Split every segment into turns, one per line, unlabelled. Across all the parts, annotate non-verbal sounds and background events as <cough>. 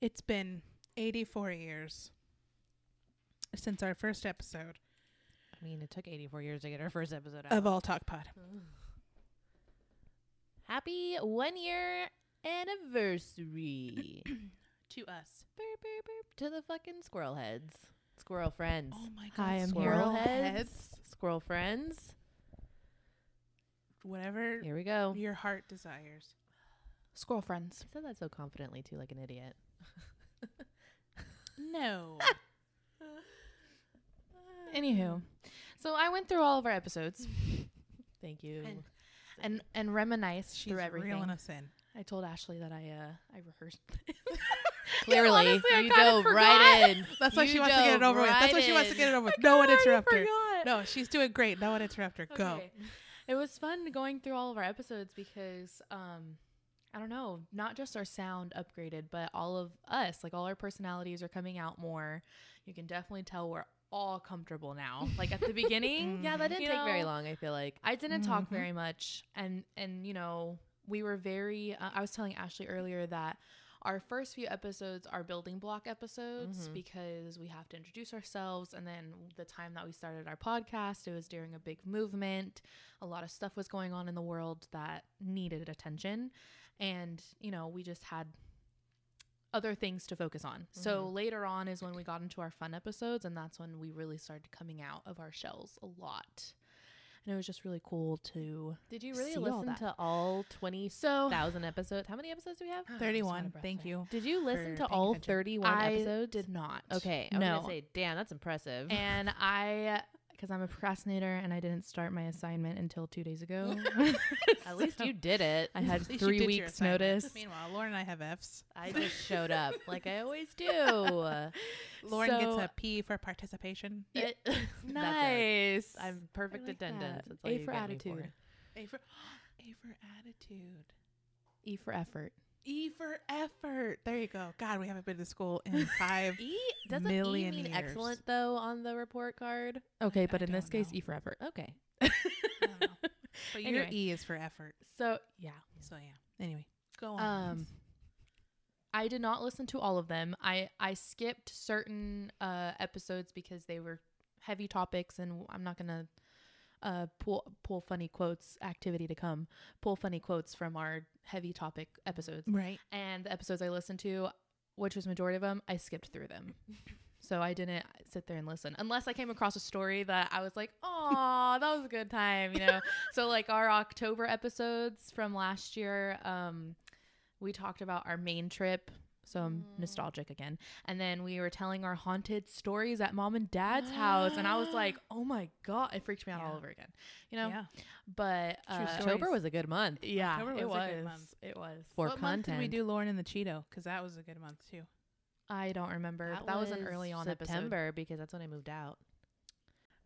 It's been 84 years since our first episode
I mean, it took 84 years to get our first episode out.
of All Talk Pod.
Happy one year
<coughs>
anniversary
To us.
Burp, burp, burp to the fucking squirrel heads, squirrel friends,
Oh my god.
Hi, I'm here.
squirrel
Squirrel
heads. squirrel friends.
Whatever
Here we go.
your heart desires.
Squirrel friends.
I said that so confidently too, like an idiot.
No. Ah.
Anywho, so I went through all of
<laughs>
our episodes
Thank you.
And-
and and
<laughs>
reminisced
She's
through everything.
reeling us in.
I told Ashley that I uh I rehearsed.
Clearly,
honestly, I
you
kinda
dove
forgot.
right in.
<laughs> That's why
You
she wants to get it
dove
over with. That's why
right
she wants to
in.
get it over with. <laughs> No one interrupt her.
forgot.
No, she's doing great. No one interrupt her. Go.
Okay. It was fun going through all of our episodes because um I don't know, not just our sound upgraded, but all of us, like all our personalities are coming out more. You can definitely tell we're all comfortable
<laughs>
now. Like at the beginning,
Mm-hmm.
Yeah, that didn't
You
take very
know,
long. I feel like.
I didn't
Mhm.
talk very much, and and you know we were very. Uh, I was telling Ashley earlier that our first few episodes are building block episodes
Mhm.
because we have to introduce ourselves, and then the time that we started our podcast, it was during a big movement. A lot of stuff was going on in the world that needed attention, and you know we just had other things to focus on.
Mm-hmm.
So later on is when we got into our fun episodes, and that's when we really started coming out of our shells a lot. And it was just really cool to.
Did you really
see all
listen
that.
to all twenty
So
thousand episodes? How many episodes do we have?
Thirty-one. Thank you.
Did you
for
listen to
paying
all
attention.
31
I
episodes?
did not.
Okay, I was
no.
gonna say, damn, that's impressive.
and I, because I'm a procrastinator and I didn't start my assignment until two days
<laughs>
ago.
<laughs>
<laughs>
At least you did it.
I had
At least <laughs> you
three
did your
weeks
assignment.
notice.
Meanwhile, Lauren and I have Fs.
I just showed up like I always <laughs> do.
Lauren
So-
gets a P for participation.
Yeah.
It- <laughs> that's it.
Nice.
I'm perfect
I like
attendance.
that.
That's all
A
you
for
get me for.
attitude.
A for <gasps> A for attitude.
E for effort.
E for effort. There you go. God, we haven't been to school <laughs> in five.
E doesn't
Million
E mean
years.
excellent though on the report card.
Okay,
I
but in this
don't
case,
know.
E for effort.
<laughs> Okay.
I don't know. But your
Anyway.
E is for effort.
<laughs> So yeah.
So yeah. Anyway, go on.
Um, I did not listen to all of them. I I skipped certain uh episodes because they were heavy topics, and I'm not gonna uh pull pull funny quotes activity to come pull funny quotes from our heavy topic episodes
<laughs> right.
and the episodes I listened to, which was majority of them, I skipped
<laughs>
through them. So I didn't sit there and listen unless I came across a story that I was like, "Oh, that was a good time," you
<laughs>
know. so like our October episodes from last year, um, we talked about our main trip, so I'm
Mm.
nostalgic again. And then we were telling our haunted stories at mom and dad's house, and I was
<gasps>
like, "Oh my god!" It freaked me out
Yeah.
all over again, you know.
yeah.
But
True
uh,
story.
October was a good month
yeah,
October was a
it was.
good month.
It was.
for
what month
content.
did we do Lauren and the Cheeto? Because that was a good month too.
I don't remember. but That, was, an early on
September because that's when I moved out.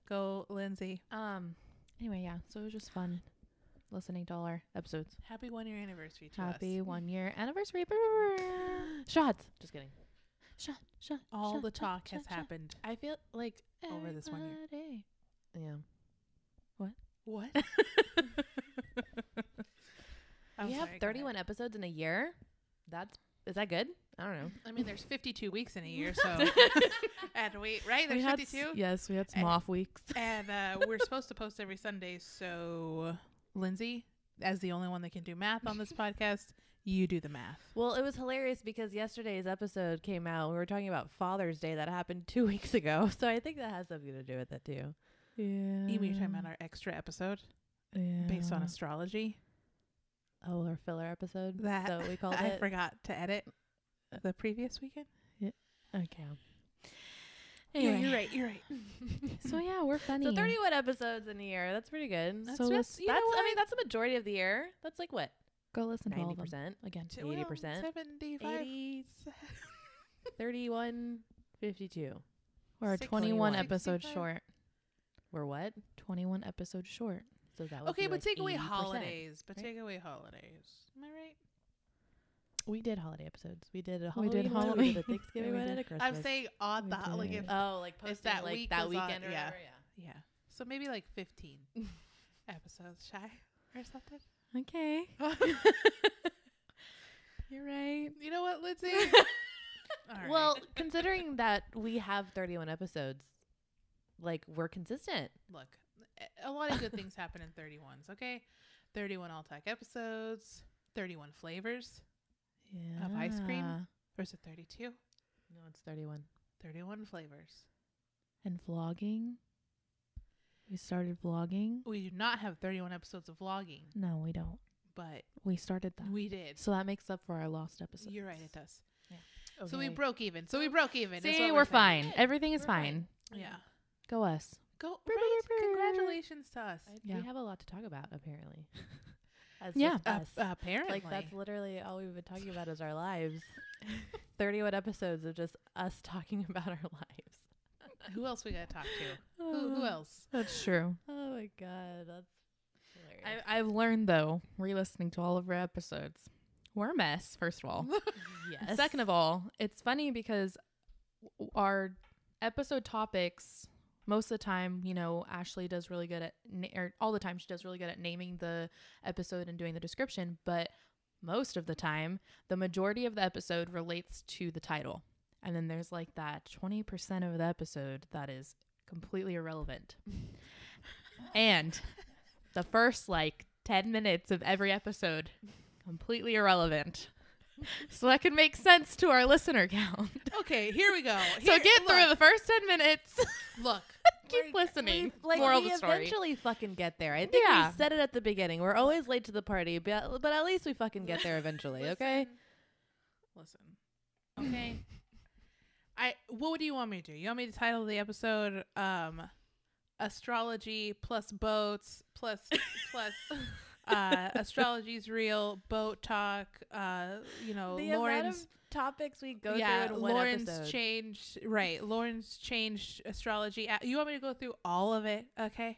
Go, Lindsay.
episode. Um. Anyway, yeah. So it was just fun listening to all our episodes.
Happy one year anniversary to
Happy
us.
one year anniversary. Shots.
Just kidding.
Shot. Shot.
All
shot,
the
shot,
talk has
shot, shot.
happened.
I feel like
over this one year.
Everybody.
yeah.
What? <laughs> I'm
we have
sorry, go ahead.
31 episodes in a year. That's is that good? I don't know.
I mean, there's 52 weeks in a <laughs> year,
<laughs>
so <laughs> and we right
We
there's
had
52,
s- yes, we had some
And-
off weeks.
and uh, we're supposed to post every Sunday. So Lindsay, as the only one that can do math on this podcast, you do the math.
Well, it was hilarious because yesterday's episode came out. We were talking about Father's Day that happened two <laughs> weeks ago, so I think that has something to do with it too.
Yeah.
Even you're talking about our extra episode based on astrology.
Oh, our filler episode.
That
so we called
<laughs> I
it.
forgot to edit the previous weekend.
Okay.
Anyway,
right. You're right.
so yeah, we're funny.
So 31 episodes in a year. That's pretty good.
That's
So
just, you know
that's I
what?
mean that's the majority of the year. That's like what?
Go listen to all
90%,
of them again.
T- well,
80%,
75,
80, 31, 52.
We're
21.
21 episodes
65.
short.
We're what?
21 episodes short.
So that would
Okay,
be
but
like
take away
80%.
holidays. But
right?
take away holidays. Am I right?
We did holiday episodes. We did a
<laughs> We
Halloween.
did
one,
Halloween.
did a Thanksgiving
We
one,
did.
and a Christmas.
I'm <laughs> saying odd
We
the ho- like
did.
if,
Oh, like
If
posting
that
like
week
that
was on-
weekend or
yeah.
whatever.
yeah. So maybe like 15 episodes shy or something.
<laughs>
<laughs>
Okay. You're right.
<laughs>
you know what, Lindsay? All right.
Well, considering that we have 31 episodes, like we're consistent.
look, a- a lot of good things happen in 31s, okay? 31 all tech episodes, 31 flavors,
Yeah.
Of ice cream? or is it 32?
No, it's 31.
31 flavors.
And vlogging. We started vlogging.
We do not have 31 episodes of vlogging,
No, we don't.
but
We started that.
we did.
so that makes up for our lost episode.
You're right, it does.
Okay.
So we broke even. So we broke even. is
See,
what
we're,
saying.
fine. Everything is
We're
fine.
fine.
Yeah.
Go us.
Go.
Brr,
right.
brr, brr.
Congratulations to us.
I-
Yeah.
We have a lot to talk about, apparently. As
Yeah.
just
Uh,
us.
apparently.
like that's literally all we've been talking about is our
<laughs>
lives. 31 episodes of just us talking <laughs> about our
<laughs>
lives.
who else we got to talk to? Who, who else?
That's true.
Oh my god, that's hilarious.
I, I've learned though, re-listening to all of our episodes, we're a mess. First of all,
yes. <laughs>
second of all, it's funny because w- our episode topics most of the time, you know, Ashley does really good at na- or all the time she does really good at naming the episode and doing the description, but most of the time, the majority of the episode relates to the title. And then there's like that 20% of the episode that is completely irrelevant. and the first like 10 minutes of every episode completely irrelevant so that could make sense to our listener count. <laughs>
Okay, here we go.
so
Here-
get through the
look,
first 10 minutes. <laughs>
Look,
Keep listening.
like
Moral of
we
the story.
eventually fucking get there. I think
Yeah.
we said it at the beginning. We're always late to the party, but but at least we fucking get there
<laughs>
eventually. okay.
Listen. Listen. Okay. I what do you want me to do? You want me to title the episode um astrology plus boats plus plus uh astrology's real boat talk uh you know Lauren's
topics we go through in one
Lauren's
episode.
changed right. Lauren's changed astrology. a- You want me to go through all of it, okay?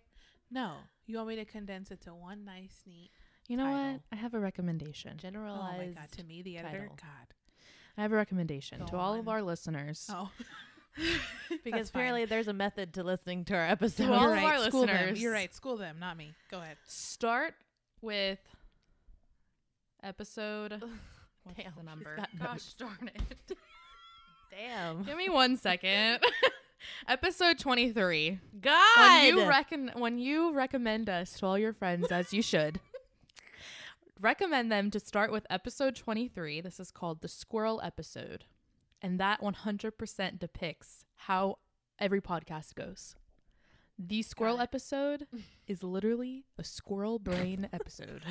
No. You want me to condense it to one nice neat
You know what?
Title.
I have a recommendation.
Generalized.
Oh my god, to me the editor.
title.
God.
I have a recommendation
Go
to all of
on.
our listeners. <laughs>
Oh.
because
That's fine.
apparently there's a method to listening to our episodes. <laughs>
all
You're
of our
right, school them.
listeners.
You're right, school them, not me. Go ahead.
Start with episode <laughs> what's
Damn,
the
she's
number?
got
Gosh darn it. <laughs>
Damn.
Give me one second. <laughs> episode 23.
God.
when you reckon when you recommend us to all your friends as you should recommend them to start with episode 23 this is called the squirrel episode and that 100% depicts how every podcast goes the squirrel
it. <laughs>
episode is literally a squirrel brain episode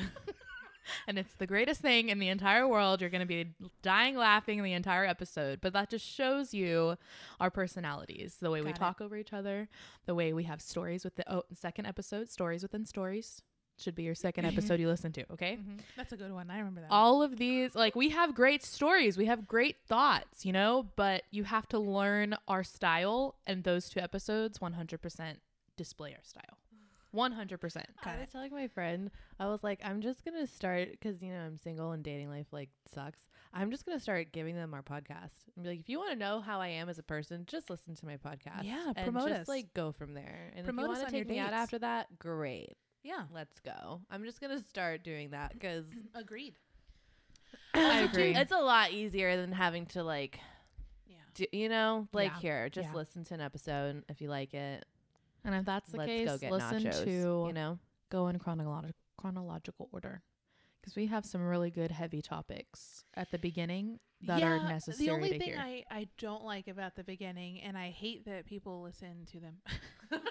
<laughs> and it's the greatest thing in the entire world you're going to be dying laughing the entire episode but that just shows you our personalities the way we
Got it.
talk over each other the way we have stories with the oh, second episode stories within stories should be your second
Mm-hmm.
episode you listen to okay
That's a good one. I remember that.
all of these like we have great stories we have great thoughts you know but you have to learn our style and those two episodes 100% display our style 100%
Got
I was
it.
telling my friend, I was like, I'm just gonna start because you know I'm single and dating life like sucks. I'm just gonna start giving them our podcast and be like, if you want to know how I am as a person, just listen to my podcast.
Yeah,
and
promote
just,
us.
Like, go from there. And
Promote
if
us
you want to
on your
take me out
dates.
after that, great.
yeah,
Let's go. I'm just gonna start doing that <clears throat> because
agreed.
I agree.
it's a lot easier than having to like,
Yeah.
do, you know, like
Yeah.
here, just
Yeah.
listen to an episode if you like it.
and if that's the
let's
case
go get
listen
nachos.
to
you know,
go in chronological chronological order because we have some really good heavy topics at the beginning that are necessary
The only
to
thing
hear.
I I don't like about the beginning, and I hate that people listen to them, <laughs>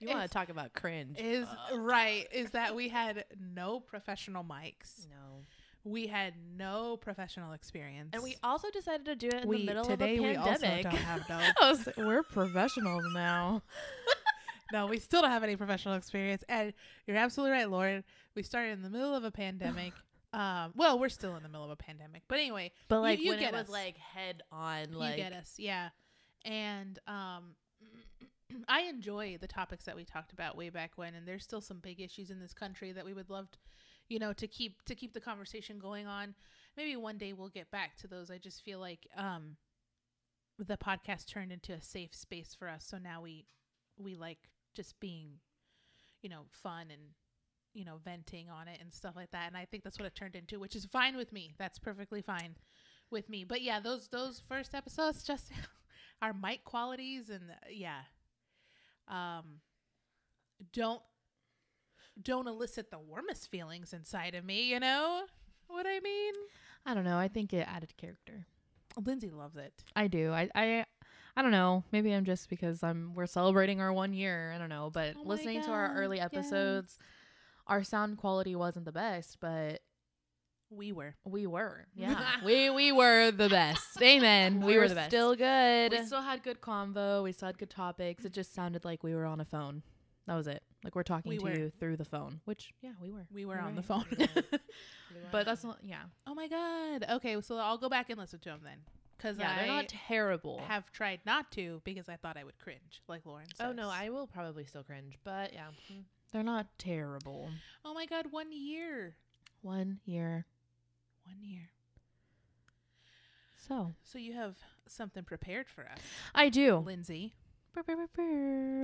you want
If-
to talk about cringe?
is <laughs> right. Is that we had no professional mics,
no.
we had no professional experience,
And we also decided to do it in
we
the middle
today
of a
we also <laughs>
pandemic.
don't have no.
I was like, <laughs> we're professionals now.
<laughs> No, we still don't have any professional experience. And you're absolutely right, Lauren. We started in the middle of a pandemic. um, well, we're still in the middle of a pandemic, but anyway,
but like
you
when
get
it was
us.
like head on, like <laughs>
you get us, yeah. And um, <clears throat> I enjoy the topics that we talked about way back when, and there's still some big issues in this country that we would love, t- you know, to keep to keep the conversation going on. Maybe one day we'll get back to those. I just feel like um, the podcast turned into a safe space for us, so now we we like just being, you know, fun and you know venting on it and stuff like that and i think that's what it turned into which is fine with me that's perfectly fine with me. But yeah, those those first episodes just <laughs> our mic qualities and uh, yeah. Um don't don't elicit the warmest feelings inside of me, you know? What I mean?
I don't know. I think it added character.
Lindsay loves it.
I do. I I I don't know. Maybe I'm just because I'm we're celebrating our one year. I don't know. But
Oh my
listening to our
God,
early
yeah.
episodes, our sound quality wasn't the best, but
We were. <laughs>
we were.
<laughs>
Yeah, we we were the best. Amen. <laughs> We, were, the best.
Still good.
we still had good convo. We still had good topics. It just sounded like we were on a phone. That was it. Like we're talking
We
to
were.
you through the phone, which yeah, we were.
We were
You're
on the
right.
phone. <laughs>
but that's not. Yeah,
oh my god. Okay, so I'll go back and listen to them then cuz
yeah,
I
they're not terrible.
have tried not to because I thought I would cringe like Lauren says.
oh no, I will probably still cringe, but yeah. Mm.
they're not terrible.
Oh my god, 1 year.
One year.
1 year.
So
So you have something prepared for us,
I do.
Lindsay.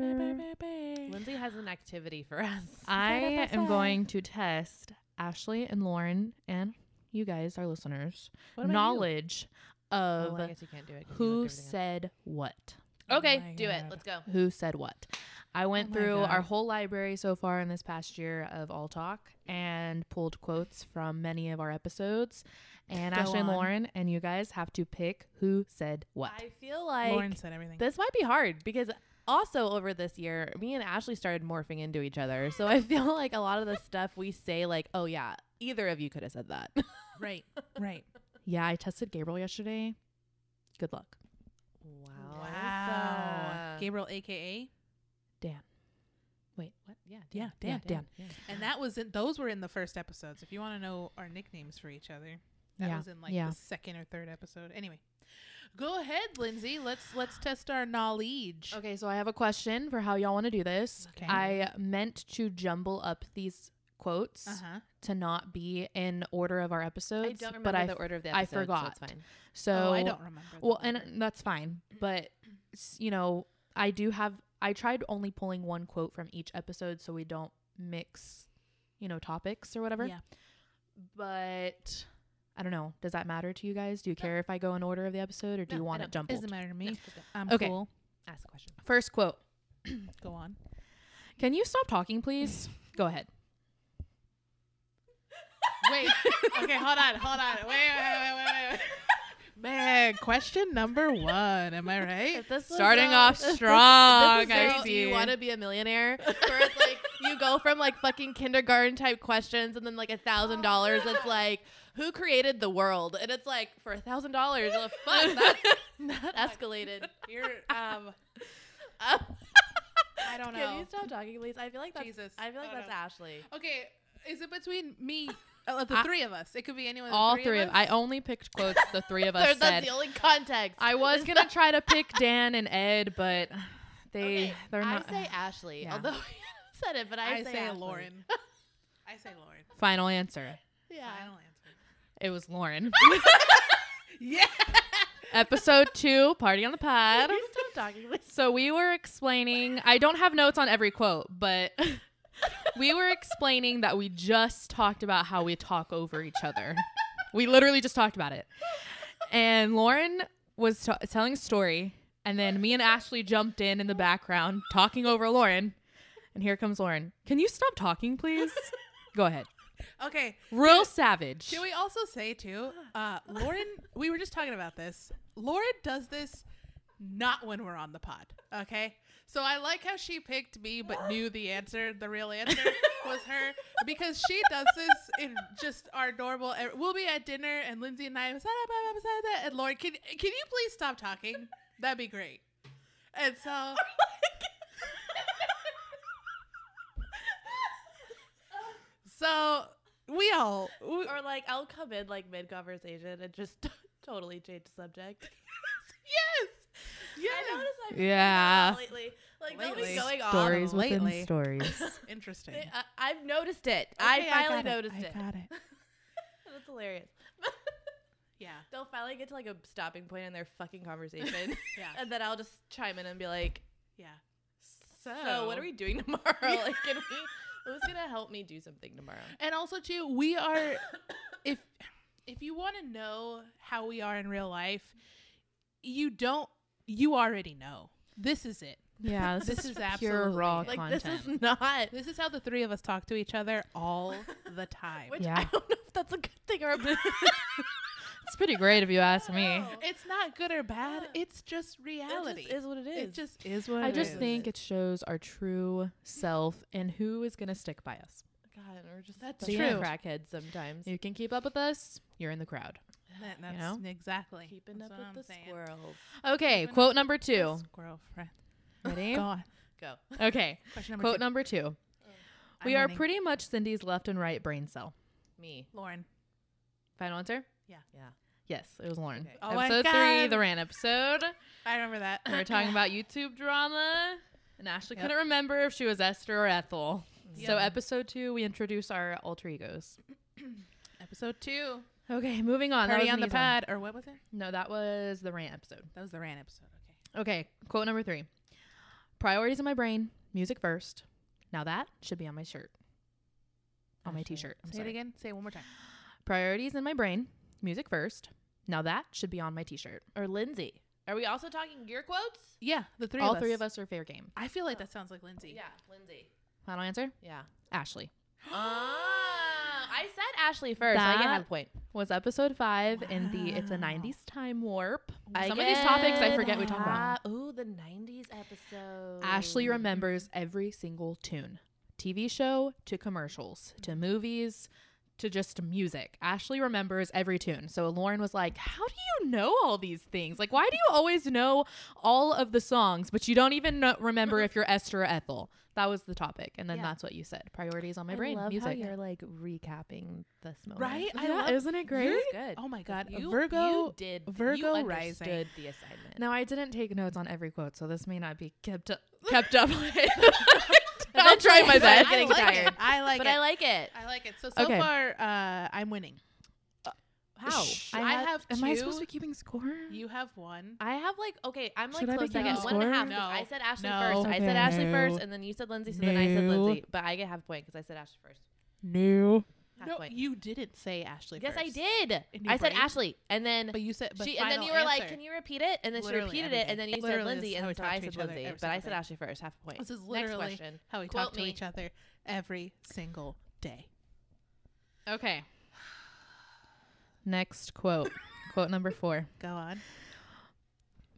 Lindsay has an activity for us.
I am going to test Ashley and Lauren and you guys, our listeners,
What about you?
knowledge
Oh,
<laughs> of
well, I guess you can't do it. 'cause you
who
looked everything up.
said what.
Okay,
Oh, my
do it.
God.
Let's go.
Who said what? I went
Oh my
through our
God.
whole library so far in this past year of All Talk and pulled quotes from many of our episodes. And
Go
Ashley and
on.
Lauren and you guys have to pick who said what.
I feel like
Lauren said everything.
this might be hard because also over this year, me and Ashley started morphing into each other. So I feel <laughs> like a lot of the stuff we say, like, oh yeah, either of you could have said that. <laughs>
right,
<laughs>
right.
yeah, I tested Gabriel yesterday. Good luck.
Wow.
Wow. Gabriel, aka,
Wait, what?
yeah,
yeah,
Yeah,
Dan. And that was in, those were in the first episodes. If you want to know our nicknames for each other, that
Yeah,
was in like
yeah.
the second or third episode. Anyway, go ahead, Lindsay. Let's let's test our knowledge.
Okay, so I have a question for how y'all want to do this.
Okay.
I meant to jumble up these quotes
Uh huh.
to not be in order of our episodes,
I don't remember
but I
the order of the
I
episode. so
forgot.
it's fine.
so
oh, I don't remember. the
well, and uh,
order.
that's fine, but s- you know, I do have I tried only pulling one quote from each episode so we don't mix, you know, topics or whatever.
Yeah.
But I don't know. Does that matter to you guys? Do you care if I go in order of the episode or do
No,
you
I
want it
don't.
jumbled?
doesn't matter to
No,
me.
let's
I'm
Okay.
cool.
go. Ask a question.
First quote.
Go on.
<laughs> Can you stop talking, please? go ahead.
Wait. okay, hold on, hold on. Wait, wait, wait, wait,
<laughs>
wait. Man, question number one. Am I right?
This was
Starting
<laughs>
so- <laughs>
off strong,
This is
Oh, I
so- Do you
see.
want to be a millionaire? Where it's like you go from like fucking kindergarten type questions, and then like a thousand dollars.
<laughs>
It's like who created the world, and it's like for a thousand dollars. Fuck
<laughs>
that, that <laughs> escalated.
You're <laughs>
Uh, <laughs>
um
Up.
I don't
Can you
know.
stop talking, please? I feel like that's
Jesus.
I feel like
Oh,
that's
no.
Ashley.
Okay, is it between me uh, the
I-
three of us? It could be anyone. of the
All three of
us.
I only picked quotes the
<laughs>
three of us
That's
said.
the only context.
I was gonna
<laughs>
try to pick Dan and Ed, but <sighs> they
Okay,
they're not.
I say Ashley,
Yeah.
although you said it, but
<laughs>
I,
I,
say,
say
Ashley.
Lauren. I say Lauren.
<sighs> Final answer.
Yeah.
Final answer.
It
<laughs>
was Lauren. <laughs>
Yeah.
Episode two, party on the pod.
Can you stop talking,
<laughs>
please? <laughs>
So we were explaining. I don't have notes on every quote, but <laughs> we were explaining that we just talked about how we talk over each other. We literally just talked about it, and Lauren was t- telling a story, and then me and Ashley jumped in in the background talking over Lauren, and here comes Lauren. Can you stop talking, please? Go ahead.
Okay.
Real savage.
Can we also say
<gasps>
too, uh, Lauren? We were just talking about this. Lauren does this not when we're on the pod. Okay, so I like how she picked me, but knew the answer. The real answer
<laughs>
was her because she does this in just our normal. er, We'll be at dinner, and Lindsay and I was that, and Lauren, can can you please stop talking? That'd be great. And so. So we all we,
or like I'll come in like mid conversation and just totally change the subject.
yes yes
I noticed I've been doing that a
Yeah.
lot lately. Like lately.
Lately.
they'll be going
stories
on.
within
lately.
stories.
interesting.
They- I, I've noticed it. I
Okay,
finally
got
noticed
I
it.
got
<laughs>
it.
That's hilarious.
Yeah,
They'll finally get to like a stopping point in their fucking conversation, <laughs>
yeah,
and then I'll just chime in and be like,
yeah.
"So, what are we doing tomorrow? like, can we? Who's gonna help me do something tomorrow?"
And also too, we are if if you want to know how we are in real life, you don't. You already know. This is it.
Yeah, this,
This
is,
is
pure
absolutely
raw
it.
Like
content.
this is not.
This is how the three of us talk to each other all the time.
Which I
Yeah.
don't know if that's a good thing or a bad.
it's pretty great if you ask me.
No.
It's not good or bad.
Yeah.
It's just reality.
It just is what it is.
It just is what
I
it
just
is.
think it shows our true self and who is gonna stick by us.
God, we're just
That's
such
true.
crackheads sometimes.
You can keep up with us. You're in the crowd.
That-
you
that's exactly
Keeping
That's
up
what
with
I'm
the
saying.
squirrels.
Okay,
Keeping up
quote number <laughs> two.
Squirrel friend.
Ready?
Go on.
Go.
Okay,
Question number
quote
two.
number two.
I'm
We are
winning.
pretty much Cindy's left and right brain cell.
Me.
Lauren.
Final answer?
Yeah.
Yes, it was Lauren.
Okay.
Oh my
episode three,
God.
the ran episode.
I remember that.
We
<laughs>
were talking about YouTube drama, and Ashley
Yep.
couldn't remember if she was Esther or Ethel. So
Yep.
episode two, we introduce our alter egos.
episode two.
Okay, moving on. Oh, That
Party
was
on
an
the
easy one.
pad, or what was it?
No, that was the rant episode.
That was the Ran episode. Okay.
Okay, quote number three. Priorities in my brain, music first. Now that should be on my shirt. On my
Ashley,
t-shirt. I'm
Say
sorry.
it again. Say it one more time.
Priorities in my brain, music first. Now that should be on my t-shirt.
Or Lindsay. Are we also talking your quotes?
Yeah, the three.
All
of
three
us.
of us are fair game.
I feel like that sounds like Lindsay.
Lindsay.
Final answer?
Yeah. <gasps>
Ashley.
Ah, I said Ashley first. I get
That-
half a point.
Was episode five in the It's a
Wow.
90s Time Warp.
I
Some of these topics I
get
forget we talk about. Ah,
half- Ooh, the '90s episode.
Ashley remembers every single tune. TV show to commercials to movies to just music. Ashley remembers every tune. So Lauren was like, How do you know all these things? Like, why do you always know all of the songs, but you don't even know, remember if you're Esther or Ethel? That was the topic. And then
Yeah.
that's what you said. Priorities on my brain.
I love
music.
how you're like recapping this moment.
Right? I
yeah,
love-
isn't it great?
It's good.
Oh my God, a
You-
Virgo.
you
<laughs>
did you
Virgo
understood
rising.
the assignment.
Now I didn't take notes on every quote, so this may not be kept up
<laughs>
kept up with. <laughs> I'll
That's
try
okay.
my
But I
best.
I
getting
like
tired.
It. I like
but
it.
I like it.
I like it. So so
Okay.
far, uh, I'm winning.
How?
Shh.
I
I
have.
have
Am
two.
I supposed to be keeping score?
You have one.
I have like okay, I'm like
Should I
close
be
second,
keeping
one and a
score?
half. 'cause
No.
I said Ashley
No.
first. I
Okay.
said Ashley
No.
first, and then you said Lindsay, so then I said
No.
Lindsay. But I get half a point because I said Ashley first.
No.
Half
No,
point.
you didn't say Ashley.
yes, I
first.
did.
In your
I said
brain?
Ashley, and then
But you said, but
she, and then
final
you were like,
answer.
"Can you repeat it?" And then
Literally
she repeated it,
everything.
and then you
Literally,
said
this
Lindsay,
is
and
how we
so
talk
I
to
said
each other
Lindsay,
every
but I
single
said
day.
Ashley first, half a point.
This is
Next
literally <laughs>
question.
how we
Quote
talk to
me.
each other every single day.
Okay. Next quote. quote number four.
Go on.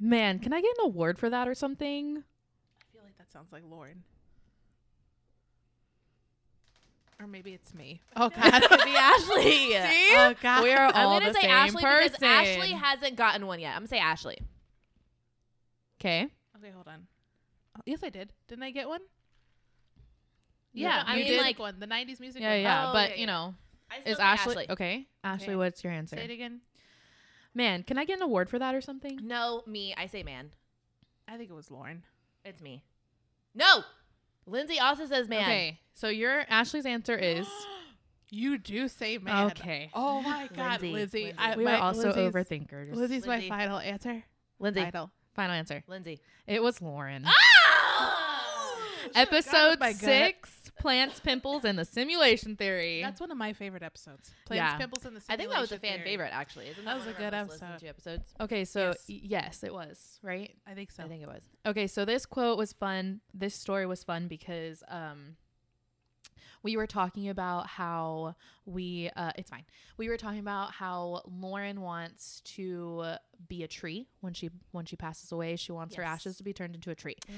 Man, can I get an award for that or something?
I feel like that sounds like Lauren. Or maybe it's <laughs> me. Oh God.
It could be <laughs> Ashley.
Oh God.
We are all
I'm gonna
the
say
same
Ashley because
person.
Ashley hasn't gotten one yet. I'm gonna say Ashley.
okay.
okay, hold on. Oh, yes, I did. Didn't I get one?
Yeah,
Yeah, I
you
mean,
did.
like one, the '90s music.
Yeah,
one.
yeah.
Oh,
but
yeah,
you
yeah.
know,
I
is
still say
Ashley okay? Ashley,
Okay.
what's your answer?
Say it again.
Man, can I get an award for that or something?
No, me. I say man.
I think it was Lauren.
It's me. No. Lindsay also says man.
Okay. So your Ashley's
<gasps>
answer is
you do say man.
Okay.
Oh my God,
Lindsay,
Lizzie.
Lindsay.
I,
We
my,
are also
Lizzie's,
overthinkers.
Lizzie's
Lindsay.
my final answer.
Lindsay.
Final.
Final answer.
<gasps> Lindsay.
It was Lauren.
Ah, Oh!
Should've gone
Episode
with my gut.
six: Plants, Pimples, and the Simulation Theory.
That's one of my favorite episodes. Plants,
Yeah.
Pimples, and the
I think that was a
Simulation
fan
Theory.
favorite, actually. Isn't that,
That was
one
a
of our
good
most listened
episode.
to episodes?
okay, so
Yes.
y- yes, it was right.
I think so.
I think it was.
Okay, so this quote was fun. This story was fun because um we were talking about how we uh it's fine. We were talking about how Lauren wants to be a tree when she when she passes away. She wants her
Yes.
ashes to be turned into a tree.
Oh,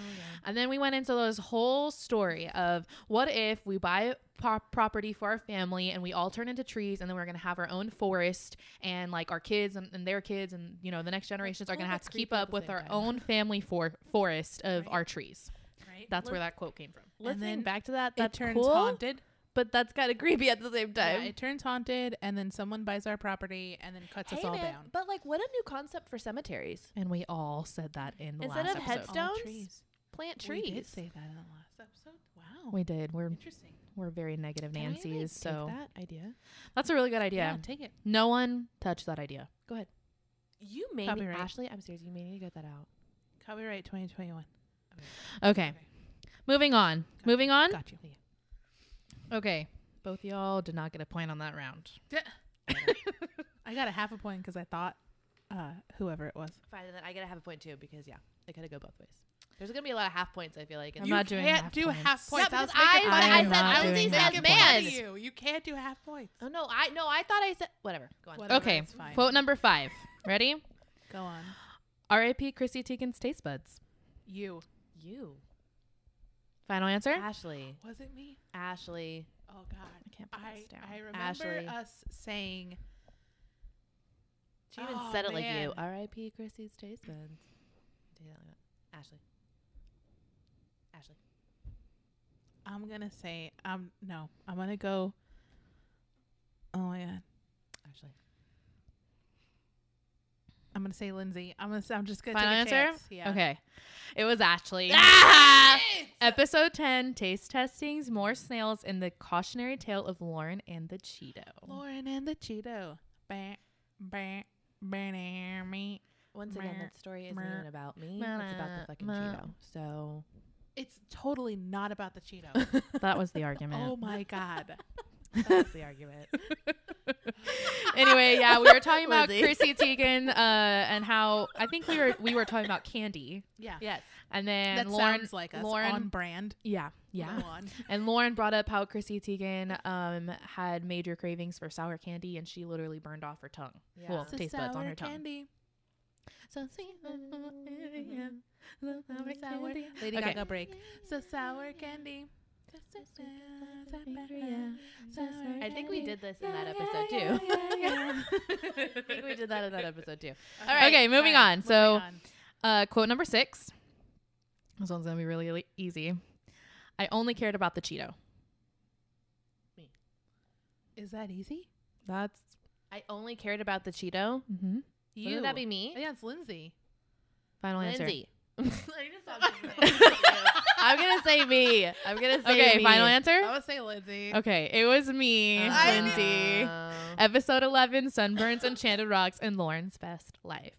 And then we went into this whole story of what if we buy pro- property for our family and we all turn into trees and then we're going to have our own forest and like our kids and, and their kids and you know the next generations are
all
going to
a
have
bit
to keep
creepy at
up
the
with
same
our
time.
own family for forest of
Right.
our trees.
right?
That's where
Lis-
that quote came from.
Listening
then
back to that,
it
that's
turns
cool,
haunted.
but that's kind of creepy at the same
Yeah,
time.
it turns haunted, and then someone buys our property and then cuts us
Hey,
all
man,
down.
But like, what a new concept for cemeteries.
And we all said that in the
Instead
last
of
episode.
headstone- stones?
Oh,
trees.
Plant
We
trees.
did say that in the last episode. Wow,
we did. We're
interesting.
we're very negative
Can I, like,
Nancy's,
take
so
that idea.
that's a really good idea.
Yeah, take it.
No one touched that idea.
Go ahead. You may need,
Copyright.
Ashley. I'm serious. You may need to get that out.
Copyright 2021.
Okay.
Okay.
Moving on. Moving on.
Got you.
Okay. Both y'all did not get a point on that round.
I I got a half a point because I thought uh, whoever it was.
Fine, and then I get a half a point too because yeah, it could go both ways. There's gonna be a lot of half points. I feel like. in
I'm
this.
you
not doing
can't
half
do
points.
half
Yeah,
points.
because
I was making
I-
fun
I
of you.
said-
I was
making
half
fun of
points.
You. you can't do half points.
Oh no! I no. I thought I said whatever. Go on.
Whatever.
Okay,
it's fine.
quote number five. Ready?
Go on.
R.I.P. Chrissy Teigen's taste buds.
You.
You,
Final answer.
Ah,
Ashley,
Was it me?
Ashley.
Oh God.
I can't put
I
this down.
I remember
Ashley.
us saying
She even
Oh,
said it like you.
man.
R.I.P. Chrissy's taste buds. Do that like that. Ashley. Ashley.
I'm gonna say um no. I'm gonna go. Oh my God.
Ashley.
I'm gonna say Lindsay. I'm gonna. Say, I'm just gonna
Final
take a
answer.
chance. Yeah.
<laughs>
Ah!
Okay, it was Ashley. Episode 10 Taste Testings More Snails in the Cautionary Tale of Lauren and the Cheeto.
Lauren and the Cheeto. Bam, bam, bam, me.
Once again,
Mer-
that story isn't
mer-
even about me.
mer-
It's about the fucking
mer-
Cheeto. So
It's totally not about the Cheeto.
<laughs> That was the argument.
oh <laughs> my God. Oh,
that's the argument.
<laughs> anyway, yeah, we
<laughs>
were talking about
Lizzie.
Chrissy Teigen uh, and how I think we were we were talking about candy.
Yeah.
Yes.
And then
That
Lauren
sounds like us
Lauren
on brand.
Yeah, yeah.
Go on.
And Lauren brought up how Chrissy Teigen um, had major cravings for sour candy and she literally burned off her tongue.
Yeah.
Well,
So
taste buds on
sour
her tongue.
candy.
So <laughs>
Sour candy. Lady
Okay.
Gaga break. <laughs> So sour candy.
I think we did this in that episode
yeah,
too. <laughs> I think we did that in that episode too.
All
Okay, moving on. So-
on.
<laughs> Uh, quote number six. This one's gonna be really, really easy. I only cared about the Cheeto.
is that easy?
That's
I only cared about the Cheeto.
mm-hmm.
You.
Wouldn't that be me?
Yeah, it's
<laughs>
Lindsay.
final answer. <laughs>
Lindsay.
<laughs>
I'm
I'm gonna say me. I'm gonna say
Okay,
me.
final answer.
I would say Lindsay.
Okay, it was me,
I knew-
Lindsay. Episode eleven: Sunburns, Enchanted Rocks, and Lauren's Best Life.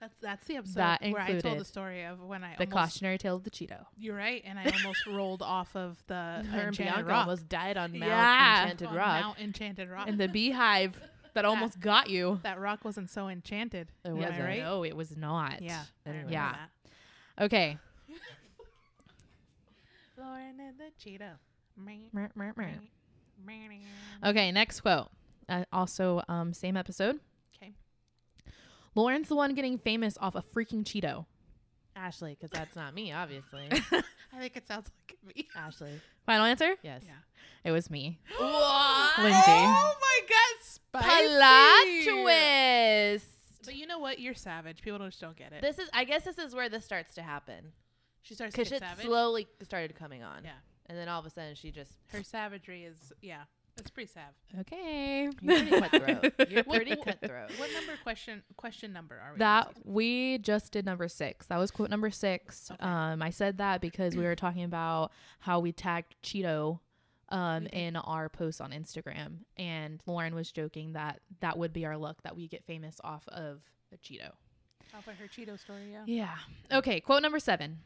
That's that's the episode
That
where I told the
included
story of when I
The
almost,
cautionary tale of the Cheeto.
You're right, and I almost rolled off of the
Her and
Enchanted
Bianca
Rock. <laughs>
almost died on Mount
Yeah.
Enchanted
On
Rock.
Mount Enchanted Rock.
<laughs> and the beehive that almost got you.
that rock wasn't so enchanted.
It
Am I
wasn't.
right?
No, it was not.
Yeah. I
Anyway.
remember
Yeah.
that.
Okay.
Lauren and the Cheetah. Me,
Mer- mer- mer.
me, me.
Okay, next quote. Uh, also, um, same episode.
'Kay.
Lauren's the one getting famous off a freaking Cheeto.
Ashley, because that's not me,
<laughs>
obviously.
I think it sounds like me. <laughs>
Ashley,
Final answer?
yes.
Yeah.
It was me.
What?
Lindsay.
Oh my God, spicy.
Plot twist.
But you know what? You're savage. People just don't get it.
This is, I guess, this is where this starts to happen
she starts to
because
get
it
savage.
slowly started coming on.
Yeah.
and then all of a sudden she just
<laughs> Her savagery is yeah. That's pretty
<laughs>
sav.
Okay.
you're pretty cutthroat. You're pretty cutthroat.
<laughs> What number question question number are we?
That
Lindsay?
we just did number six. That was quote number six.
Okay.
Um, I said that because we were talking about how we tagged Cheeto um,
You did.
in our post on Instagram, and Lauren was joking that that would be our luck that we get famous off of a Cheeto.
off of her Cheeto story. Yeah.
Yeah. Okay, quote number seven.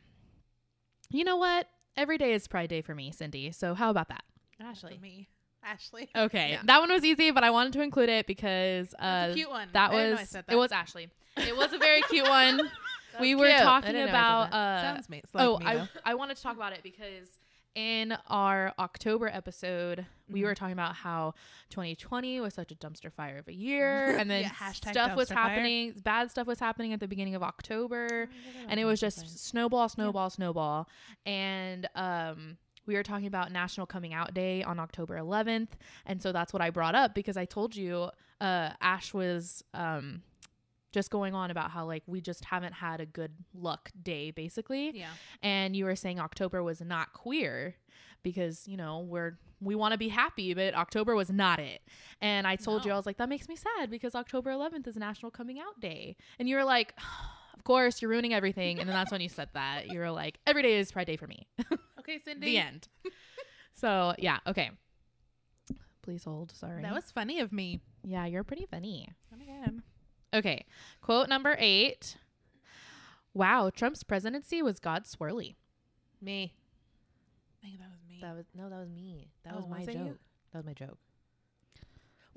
You know what? Every day is Pride Day for me, Cindy. So how about that?
Ashley.
Ashley.
Me. Ashley. <laughs>
Okay,
Yeah.
that one was easy, but I wanted to include it because
That's
uh,
a cute one. I
that
didn't know I
was
said
it was Ashley. It was a very cute one.
<laughs> That
we
was
were
cute. I
talking
didn't know I said
about uh,
sounds ma- it's like
oh,
me,
I
though.
I wanted to talk about it because in our October episode, we
Mm-hmm.
were talking about how 2020 was such a dumpster fire of
<laughs>
a year, and then
Yeah, hashtag
stuff was
dumpster fire.
happening, bad stuff was happening at the beginning of October, and it was just snowball, snowball, snowball, and um. We were talking about National Coming Out Day on October 11th, and so that's what I brought up because I told you uh, Ash was um, just going on about how like we just haven't had a good luck day basically,
yeah.
and you were saying October was not queer because you know we're we want to be happy but October was not it and I told you
No.
I was like that makes me sad because October 11th is National Coming Out Day and you were like of course you're ruining everything and then that's when you said that you were like every day is Pride Day for me <laughs>
Okay, Cindy. <laughs>
the end so yeah okay please hold sorry
That was funny of me.
yeah you're pretty funny
Come again.
okay quote number eight wow Trump's presidency was God swirly
Me.
I think that was me.
That was no, that was me. That
Oh,
was my
was it
joke.
you?
That was my joke.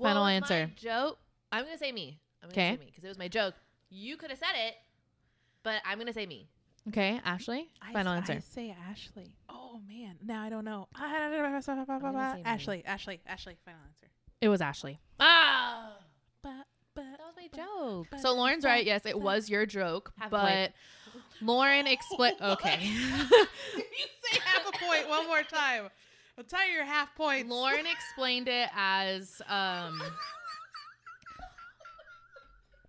Final
was my
answer.
joke. I'm gonna say me. I'm gonna say
Okay.
me because it was my joke. You could have said it, but I'm gonna say me.
Okay, Ashley,
I
final
s-
answer.
I say Ashley. Oh man, now I don't know. <laughs> Ashley,
say
Ashley, Ashley, Ashley. Final answer.
it was Ashley.
Ah,
But
that
but
was my <laughs> joke.
So Lauren's right. Yes, it was your joke,
Half a
but
point.
Lauren explain.
<laughs> What?
Okay,
you say half a point one more time. I'll tell you your half points.
Lauren explained it as um.
<laughs>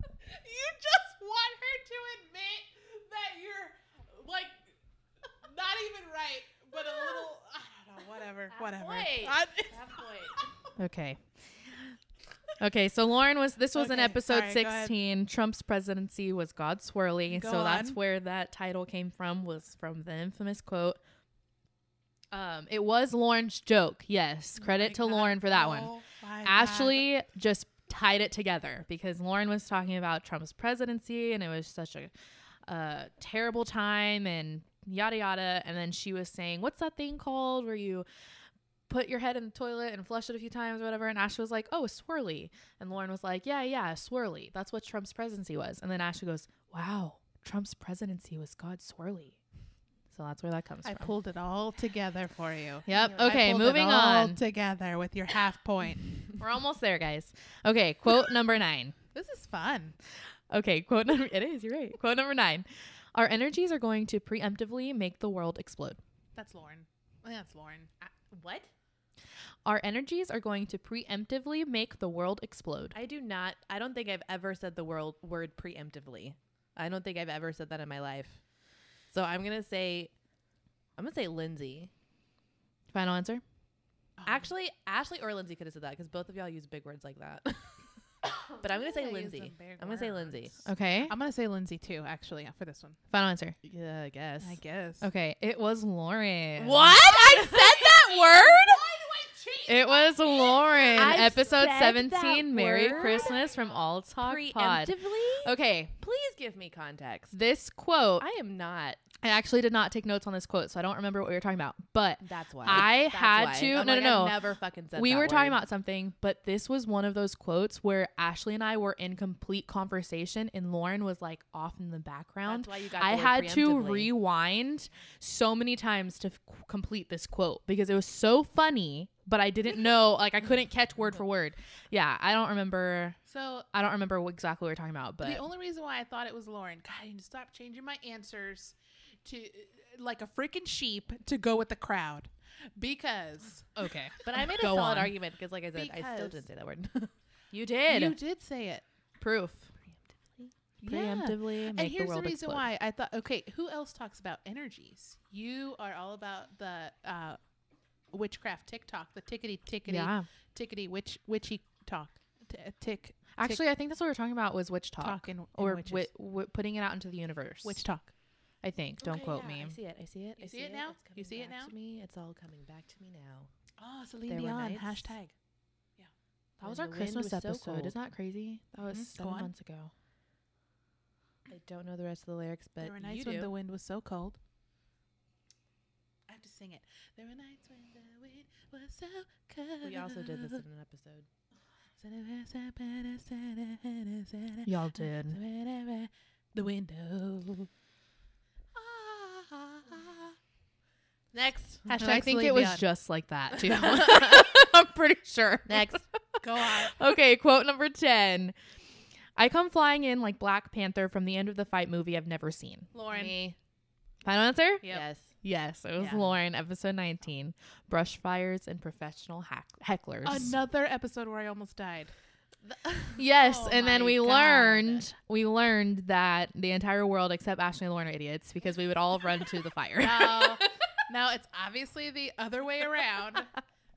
You just want her to admit that you're like not even right, but
<laughs>
a little. I don't know. Whatever. whatever.
point.
I-
Okay. Okay, so Lauren was this was in
Okay,
episode
sorry, go ahead.
16. Trump's presidency was God swirly.
Go
so that's
on.
where that title came from was from the infamous quote. Um it was Lauren's joke. Yes,
<laughs>
credit to
Oh my God.
Lauren for that one.
Oh my God.
Ashley just tied it together because Lauren was talking about Trump's presidency and it was such a uh, terrible time and yada yada. And then she was saying, What's that thing called where you put your head in the toilet and flush it a few times or whatever? And Ashley was like, Oh, a swirly. And Lauren was like, Yeah, yeah, a swirly. That's what Trump's presidency was. And then Ashley goes, Wow, Trump's presidency was God swirly. So that's where that comes
I
from.
pulled it all together for you.
Yep.
I
Okay,
pulled it
moving
all
on.
together with your half point.
We're almost there, guys. Okay, quote number nine.
This is fun.
Okay, <laughs> quote number it is, you're right. Quote number nine. Our energies are going to preemptively make the world explode.
That's Lauren. That's Oh, Lauren.
What?
Our energies are going to preemptively make the world explode.
<laughs> I do not. I don't think I've ever said the world word preemptively. I don't think I've ever said that in my life. So I'm gonna say, I'm gonna say Lindsay.
Final answer?
Oh,
Actually, Ashley or Lindsay could have said that because both of y'all use big words like <coughs> that. but I'm gonna say
Sometimes I use
Lindsay.
them big
I'm gonna say
words.
Lindsay.
Okay.
I'm gonna say Lindsay too. Actually, for this one.
Final answer.
Yeah, I guess.
I guess.
Okay, it was Lauren.
What? I said <laughs> that word.
It was Lauren.
I've
Episode
said
17
that
Merry
word?
Christmas from All Talk Pod. Okay,
Please give me context.
this quote,
I am not.
I actually did not take notes on this quote, so I don't remember what we were talking about, but
That's why
I
That's
had
why.
to-
I'm
no,
like,
no,
I've
no.
Never fucking said.
we
that
were talking
word.
about something, but this was one of those quotes where Ashley and I were in complete conversation and Lauren was like off in the background.
That's why you got.
I
the word
had to
preemptively.
rewind so many times to f- complete this quote because it was so funny, but
<laughs>
I didn't know, like I couldn't catch word for word. Yeah, I don't remember.
So
I don't remember what exactly we were talking about, but
the only reason why I thought it was Lauren, God, I need to stop changing my answers to like a freaking sheep to go with the crowd because
okay,
<laughs> But I made a
Go
solid
on.
argument because, like I said, I still
Because-
didn't say that word. <laughs>
you did
you did say it
proof
Yeah.
preemptively. Make
and here's
the,
the,
world
reason
explode.
why I thought, okay, who else talks about energies? You are all about the uh, witchcraft TikTok, the tickety tickety
Yeah,
tickety witch witchy talk, T- tick
actually, I think that's what we were talking about was witch talk,
talk and, and
or
witches.
wi- wi- putting it out into the universe.
witch talk.
I think. Don't quote me.
I see it. I see it.
You
I
see it now?
It's
You
coming
see it
back
now?
To me, it's all coming back to me now.
Oh, Celine
There were
Dion
nights-
hashtag.
That
when
was Mm-hmm. our
the wind
Christmas
was so
episode.
cold.
Isn't that crazy? That was
Mhm. Go
seven
on.
months ago.
I don't know the rest of the lyrics, but
there were nights
you
when
do.
the wind was so cold. I have to sing it. There were nights when the wind was so cold.
<laughs> we also did this in an episode.
Y'all <laughs> did.
The window. Ah.
Next.
Hashtag
I think it
Celine
was
Dion.
just like <laughs> that too. I'm pretty sure.
Next.
Go on.
<laughs> Okay, quote number ten. I come flying in like Black Panther from the end of the fight movie I've never seen.
Lauren.
Me.
Final answer?
Yes. <laughs>
Yes, it was
Yeah.
Lauren, episode 19. Brush fires and professional hack- hecklers.
Another episode where I almost died.
Yes,
Oh
and then
my
we
God.
learned we learned that the entire world except Ashley and Lauren are idiots because we would all run to the fire.
Now, Uh, now it's obviously the other way around.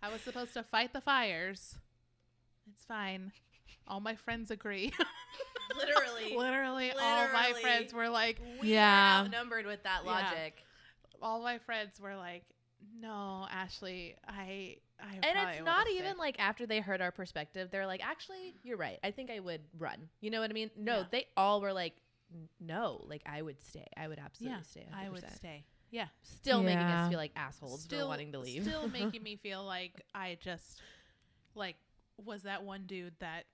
I was supposed to fight the fires. It's fine. All my friends agree. <laughs>
Literally.
Literally, all my
Literally.
friends were like,
We
Yeah.
are outnumbered with that
Yeah.
logic.
all my friends were like, no, Ashley, I, I.
And
probably
it's not
would've
even
said-"
like after they heard our perspective, they're like, actually, you're right. I think I would run. You know what I mean? No,
Yeah.
they all were like, "N- no, like I would stay. I would absolutely
Yeah,
stay.
I would
100%."
stay. Yeah,
Still making
Yeah.
us feel like assholes for wanting to leave. <laughs>
Still making me feel like I just like was that one dude that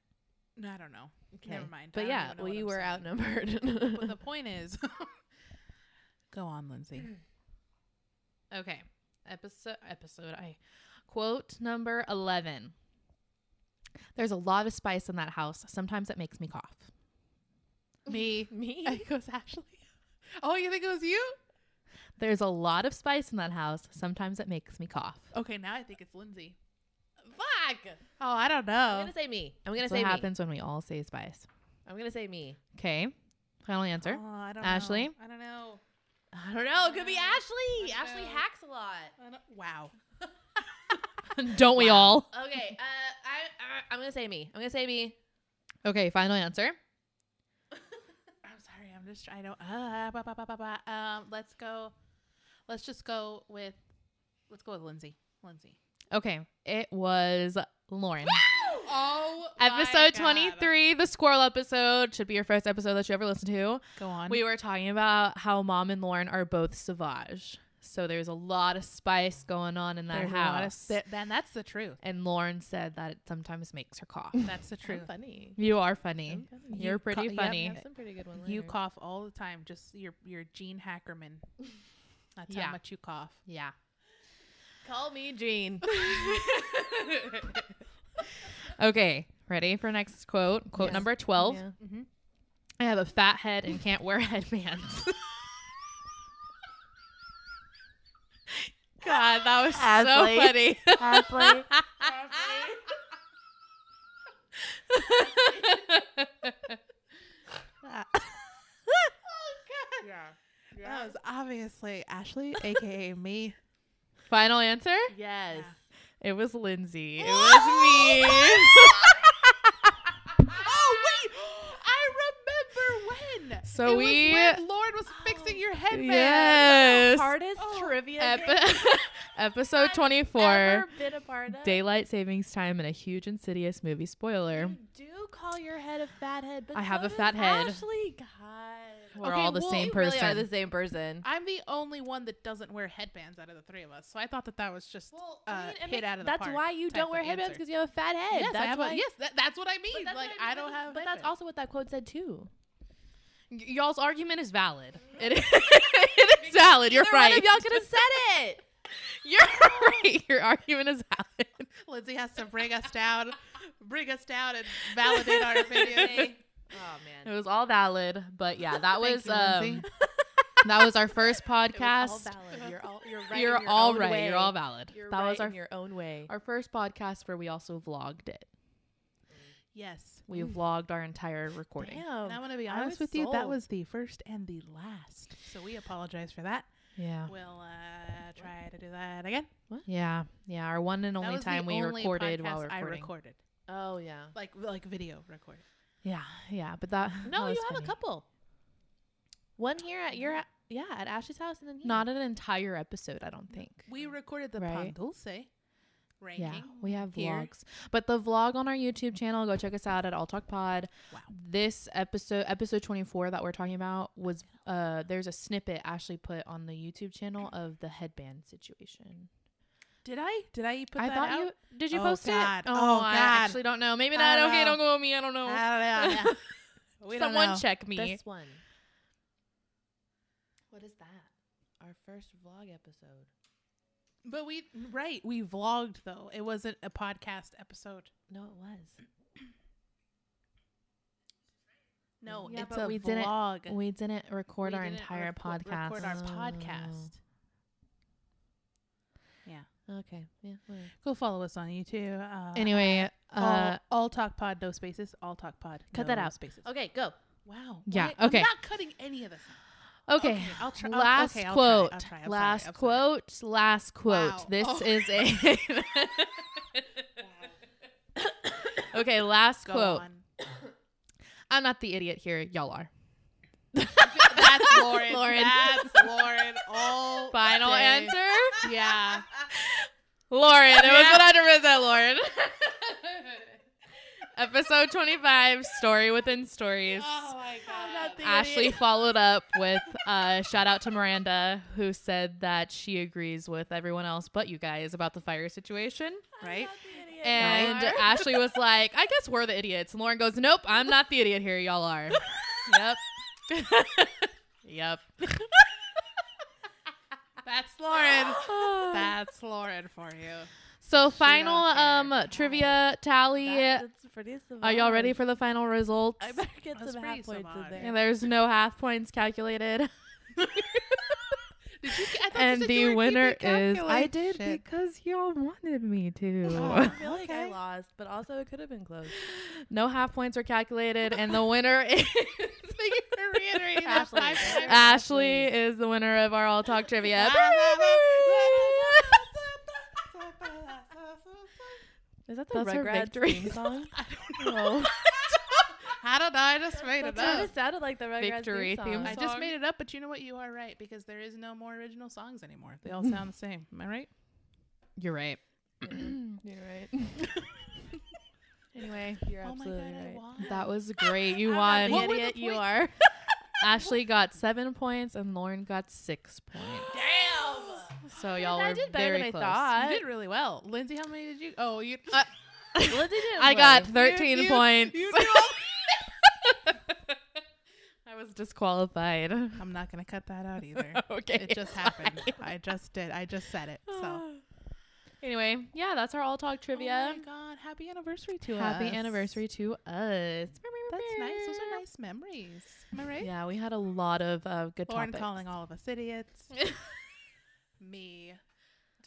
I don't know. Never mind. I
But
don't
yeah,
even know what
we
I'm
were
saying. <laughs> But
outnumbered. <laughs>
the point is, <laughs> go on,
<clears throat>
Lindsay.
Okay. Episode episode I <laughs> quote number 11. There's a lot of spice in that house. Sometimes it makes me cough.
<laughs> Me.
Me?
I think <laughs> it was Ashley. Oh, you think it was you?
There's a lot of spice in that house. Sometimes it makes me cough.
Okay, now I think it's Lindsay.
Fuck!
Oh, I don't
I'm
know.
gonna say me. I'm gonna
That's
say
what
me.
happens when we all say spice.
I'm gonna say me.
Okay. Final answer.
Oh, I don't
Ashley?
know. I don't know.
I don't know. It could be
Uh,
Ashley.
I don't
Ashley
know.
hacks a lot.
I don't, wow. Oh.
<laughs> Don't we all?
Okay, uh, I, I I'm gonna say me. I'm gonna say me.
Okay, final answer.
I'm sorry. I'm just I don't. Uh, ba, ba, ba, ba, ba. Um, let's go. Let's just go with. Let's go with Lindsay. Lindsay.
Okay. It was
<laughs>
Lauren.
Oh,
episode 23, the squirrel episode, should be your first episode that you ever listen to.
Go on.
We were talking about how mom and Lauren are both savage. So there's a lot of spice going on in that
There's a lot of
house.
si- then that's the truth.
and Lauren said that it sometimes makes
<laughs>
her cough.
That's the truth.
funny.
you are funny.
funny.
You're pretty
ca- yep,
funny.
yep.
some pretty good ones.
You cough all the time. Just you're you're Gene Hackerman. That's
Yeah.
how much you cough.
Yeah.
call me <laughs> Jean.
Okay. Ready for next quote? Quote
Yes.
number 12.
Yeah.
Mm-hmm.
I have a fat head and can't
<laughs>
wear <laughs> headbands. God, that was
Ashley.
so
<laughs>
funny.
Ashley.
<laughs> Yeah. That was obviously Ashley, <laughs> aka me.
<laughs> Final answer?
yes.
It was Lindsay. It
was me. oh wait, <gasps> I remember when.
So
it
we-
was when Lauren was fixing your headband.
Yes.
Hardest
Oh.
trivia game
Epi- <laughs> episode
I've
24.
ever been a part of.
Daylight savings time and a huge insidious movie spoiler.
You do call your head a fat head, but
I have
so
a
does
fat head.
Ashley, God,
We're
Okay,
all the
well,
same
you
person.
really are the same person.
I'm the only one that doesn't wear headbands out of the three of us, so I thought that that was just
Well,
uh,
I mean, it
hit
makes-
out of the
that's
park
why you
type
don't wear
of
headbands
answer.
because you have a fat head.
Yes,
that's
I have
why,
a, yes, that, that's what I mean.
but that's
like
what
I
mean,
don't
but-
have.
But that's also what that quote said too.
Y- y'all's argument is valid. It <laughs> is, it is valid. You're
Either
right.
One of y'all could
<laughs>
have said <laughs> it.
You're right. Your argument is valid.
Lindsay has to bring us down, bring us down, and validate our opinion.
oh
It was all valid, but yeah,
Thank
that was
you,
um,
Lindsay.
<laughs> that was our first
It was all
podcast.
valid. You're all you're right.
You're
in your
all
own
right.
Way.
You're all valid.
You're
that
right
was our
in your own way.
our first podcast where we also vlogged it.
yes.
We vlogged our entire recording.
And I
Damn.
want to be
I
honest
was
with you, that
sold.
was the first and the last. So we apologize for that.
Yeah.
We'll uh, try to do that again.
Yeah. Yeah. Our one and
That
only
was the
time we
only
recorded while
podcast
recording.
I recorded,
Oh yeah.
like like video recorded.
Yeah. Yeah. But that <laughs>
No, you
that was
have
funny.
a couple. One here at your yeah at Ashley's house, and then here.
Not an entire episode, I don't think.
We recorded the
Mm. Right.
right. Dulce ranking.
Yeah, we have
here.
vlogs. But the vlog on our YouTube channel, go check us out at All Talk Pod.
Wow.
This episode, episode 24 that we're talking about was uh there's a snippet Ashley put on the YouTube channel of the headband situation.
Did I? Did I put
I
that
thought
out?
you did you
Oh,
post
God.
it?
Oh,
I
God.
actually don't know. Maybe
I
not.
don't
okay,
know.
don't go with me. I don't know.
I don't know. <laughs>
<laughs>
We don't
Someone
know.
check me.
this one. What is that? Our first vlog episode.
But we right, we vlogged though. It wasn't a podcast episode.
No, it was.
No,
Yeah,
it's
but
a
we didn't-
vlog.
we didn't record
We
our
didn't
entire
reco-
podcast.
Record our
Oh.
podcast.
Okay. Yeah. whatever.
Go follow us on YouTube. Uh,
Anyway,
all,
uh
all talk pod, no spaces. All talk pod.
Cut
no
that out.
Spaces.
Okay. Go.
Wow.
Yeah,
Why-
okay.
I'm not cutting any of this. out.
okay.
I'll try. I'll-
Last
okay, I'll try, I'll
quote.
try, I'm sorry,
last
I'm sorry.
quote. Last quote.
Wow.
This
Oh. <laughs>
is a. <laughs> okay, last
Go
quote. <laughs>
on.
I'm not the idiot here.
<laughs>
Y'all are.
That's Lauren.
Lauren.
That's Lauren. All
Final
day.
answer,
Yeah.
Lauren. It was
Yeah.
100 percent Lauren. <laughs> Episode 25, story within stories.
Oh my
Ashley followed up with uh, shout out to Miranda, who said that she agrees with everyone else but you guys about the fire situation.
Right?
<laughs>
And
Y'all are.
Ashley was like, I guess we're the idiots. And Lauren goes, Nope, I'm not the idiot here.
<laughs>
Y'all are. yep. <laughs> yep.
<laughs> That's Lauren. That's Lauren for you.
So final
don't care.
um trivia tally.
That- that's pretty
Are y'all ready
savage.
for the final results?
<laughs> I better get
That's
some
pretty
half points
savage.
in there.
And there's no half points calculated.
Did you, I thought you
and
said
the
you were
winner
keeping
is I
calculate- <laughs>
did
Shit.
because y'all wanted me
I
to.
Oh.
feel like I <laughs>
Okay.
lost, but also it could have been close.
<laughs> no half points were calculated, and the winner <laughs> is
Thank you for reiterating that
Ashley.
five times.
<laughs> Ashley is the winner of our all talk trivia. <laughs>
Is that
That's her
Rugrats
victory
<laughs> theme song?
I <laughs> don't know. I don't know. I just made
That's
it
what
up.
it sounded like the Rugrats
Victory
theme
theme
song.
I
song.
just made it up, but you know what? You are right because there is no more original songs anymore. They all sound the same. Am I right?
You're right.
<laughs> You're right.
Anyway,
You're
Oh
absolutely
I
right. <laughs>
won.
that was great. You
I'm not
won.
the
What were the
idiot you
points?
are.
<laughs> Ashley got seven points, and Lauren got six points.
Damn.
So y'all
I
were
did better
very
than I
close.
thought.
you did really well, Lindsay. How many did you? Oh, you.
Lindsay didn't
I got
play.
thirteen
you- <laughs>
points. <laughs>
you did all-
I was disqualified. <laughs>
I'm not gonna cut that out <laughs> either.
okay.
It
<sighs>
just happened. I just did. I just said it. So.
Anyway, yeah, that's our all talk trivia.
Ah. Oh my god! Happy anniversary to us.
Happy anniversary to us.
That's nice. Those are nice memories. Am I right?
Yeah, we had a lot of uh, good
Lauren
topics.
calling all of us
<laughs>
idiots. Me,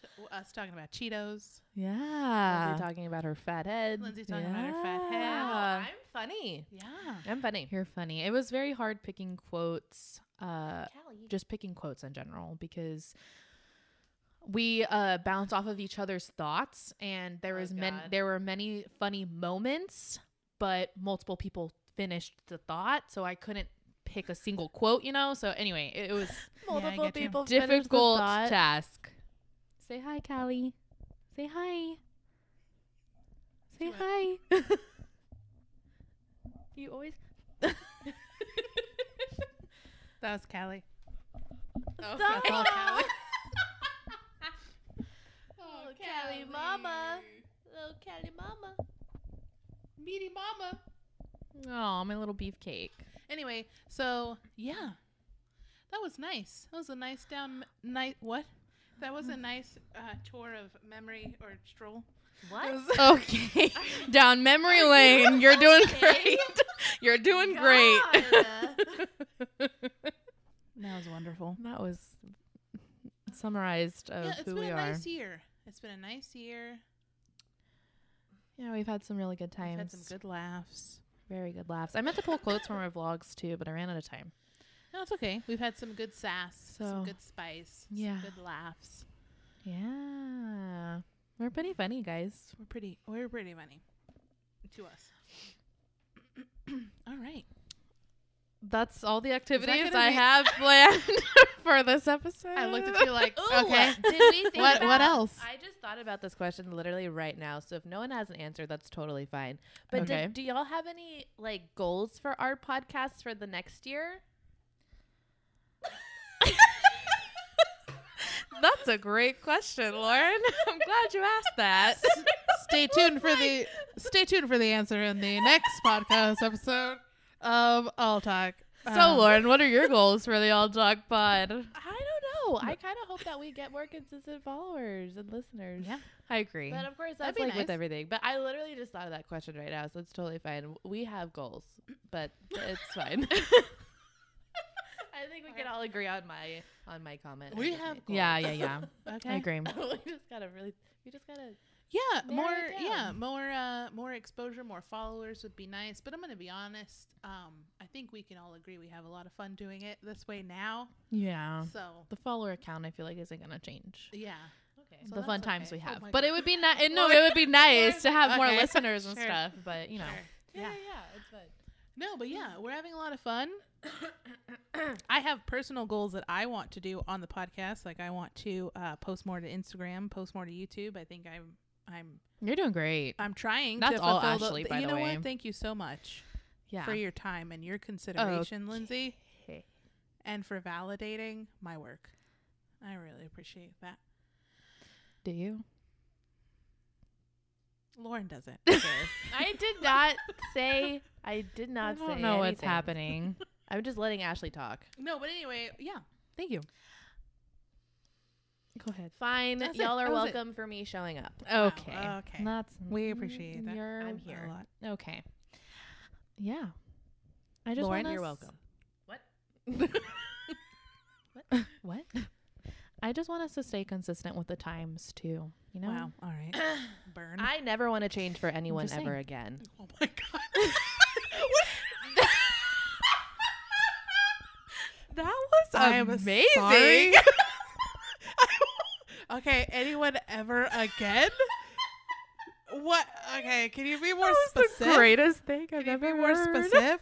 t- us talking about Cheetos.
Yeah.
Lindsay
talking about her fat head.
Lindsay talking about her fat head.
Wow, I'm funny.
Yeah.
I'm funny. You're funny. It was very hard picking quotes. Uh, just picking quotes in general because we uh, bounce off of each other's thoughts and there
Oh,
was men-
God.
there were many funny moments but multiple people finished the thought so i couldn't pick a single quote you know so anyway it was
Multiple
get you.
people finished the
difficult
thought.
task say hi callie say hi say
Do
hi
<laughs>
you always
That was Callie.
Oh,
Stop.
That's all
<laughs>
<laughs>
Callie. <laughs>
Oh, Callie mama. Little Callie mama.
Oh, Meaty mama.
oh my little beefcake
Anyway, so yeah. That was nice. That was a nice down night what? That was a nice uh, tour of memory or stroll.
What?
It was-
Okay. Down memory lane. You're doing
okay?
great. <laughs> You're
<laughs>
doing great.
that was wonderful.
<laughs> that was summarized of
yeah, it's
who
been
we
a
are.
nice year. It's been a nice year.
yeah, we've had some really good
We've
times.
had some good laughs.
Very good laughs. I meant
<laughs>
to pull quotes from our vlogs too, but I ran out of time.
No, it's okay. We've had some good sass,
So,
some good spice,
yeah.
some good laughs.
Yeah. We're pretty funny, guys.
We're pretty we're pretty funny. To us. <coughs> all right.
That's all the activities
gonna
I
make- <laughs>
have planned <laughs> for this episode.
I looked <laughs> at you like,
Ooh,
okay.
Did we think
What
about-
what else?
I just thought about this question literally right now. So if no one has an answer, that's totally fine. But
Okay.
do, do y'all have any like goals for our podcast for the next year?
<laughs> That's a great question, Lauren. <laughs> I'm glad you
<laughs>
asked that. <laughs>
stay
Oh
tuned for the stay tuned for the answer in the next podcast episode of All Talk. Um,
So, Lauren, what are your goals for the All Talk
I
Pod?
don't know. I kind of hope that we get more consistent followers and listeners.
Yeah.
I agree.
But of course,
That'd
that's
be
like
nice.
with everything. But I literally just thought of that question right now, so it's totally fine. We have goals, but
<laughs>
it's fine. <laughs> I think we can all agree on my on my comment. I
We
just
have
made.
yeah, yeah, yeah. I <laughs>
okay,
<laughs>
agree.
we just gotta really. We just gotta.
yeah,
Narrow
more,
it
yeah,
down.
more, uh, more exposure, more followers would be nice. But I'm gonna be honest. Um, I think we can all agree we have a lot of fun doing it this way now.
Yeah.
So
The follower account, I feel like, isn't going to change.
yeah,
Okay.
So
the fun
that's
times
okay.
we
Oh
have,
my
but
God.
it would be nice. No,
Lauren-
it would be nice to have more
Okay.
listeners and
Sure.
stuff. But you know,
Sure. yeah,
yeah, it's fun.
no, but yeah, we're having a lot of fun. I have personal goals that I want to do on the podcast. Like I want to uh, post more to Instagram, post more to YouTube. I think I'm, I'm
you're doing great.
I'm trying.
That's
to
all
fulfill
Ashley,
The,
by
you
the
know
way.
what? Thank you so much
Yeah.
for your time and your consideration, Lindsay,
Okay.
and for validating my work. I really appreciate that.
Do you?
Lauren doesn't.
<laughs>
Okay.
<coughs> I did not say. I did not
I don't
say
know what's
anything.
happening.
I'm just letting Ashley talk.
<laughs> no, but anyway, yeah. Thank you.
Go ahead.
Fine,
That's it.
y'all are
That was it.
welcome for me showing up.
Okay.
Wow, okay.
That's
We appreciate that.
You're
I'm here.
A lot.
Okay. Yeah. I just
Lauren,
wanna
you're
s-
welcome. <laughs>
What? <laughs> I just want us to stay consistent with the times too. You know.
Wow. All right.
<clears throat>
Burn.
I never want to change for anyone
just
ever
saying.
again.
oh my <laughs> god. that was
Amazing.
<laughs> sorry. okay. Anyone ever again? What? Okay. Can you be more specific?
greatest thing
Can you be more <laughs> specific?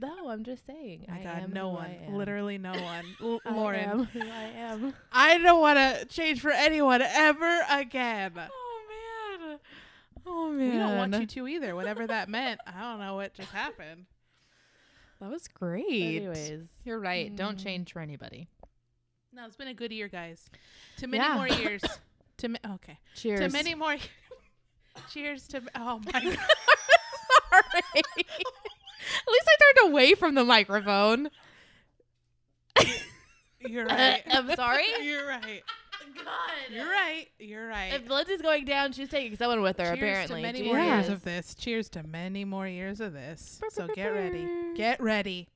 No, I'm just saying.
Oh my
I
God,
am
no
who
one.
I am.
Literally no one. L-
I
Lauren.
am who I am.
I don't want to change for anyone ever again.
Oh man. Oh
We
man.
don't want you to either. Whatever that meant, I don't know what just happened.
That was great.
Anyways,
You're right. Don't
Mm.
change for anybody.
No, it's been a good year, guys. To many
Yeah.
more
<laughs>
years. To ma- okay.
Cheers.
To <laughs> many more. Cheers to. Oh my
<laughs>
god.
Sorry. <laughs> At least I turned away from the microphone.
You're <laughs> right.
Uh, I'm sorry.
You're right.
God,
You're right. You're right.
If Lindsay's going down, she's taking someone with her.
Cheers
apparently,
to many
Jesus.
more
Yeah.
years of this. Cheers to many more years of this. So get ready. Get ready.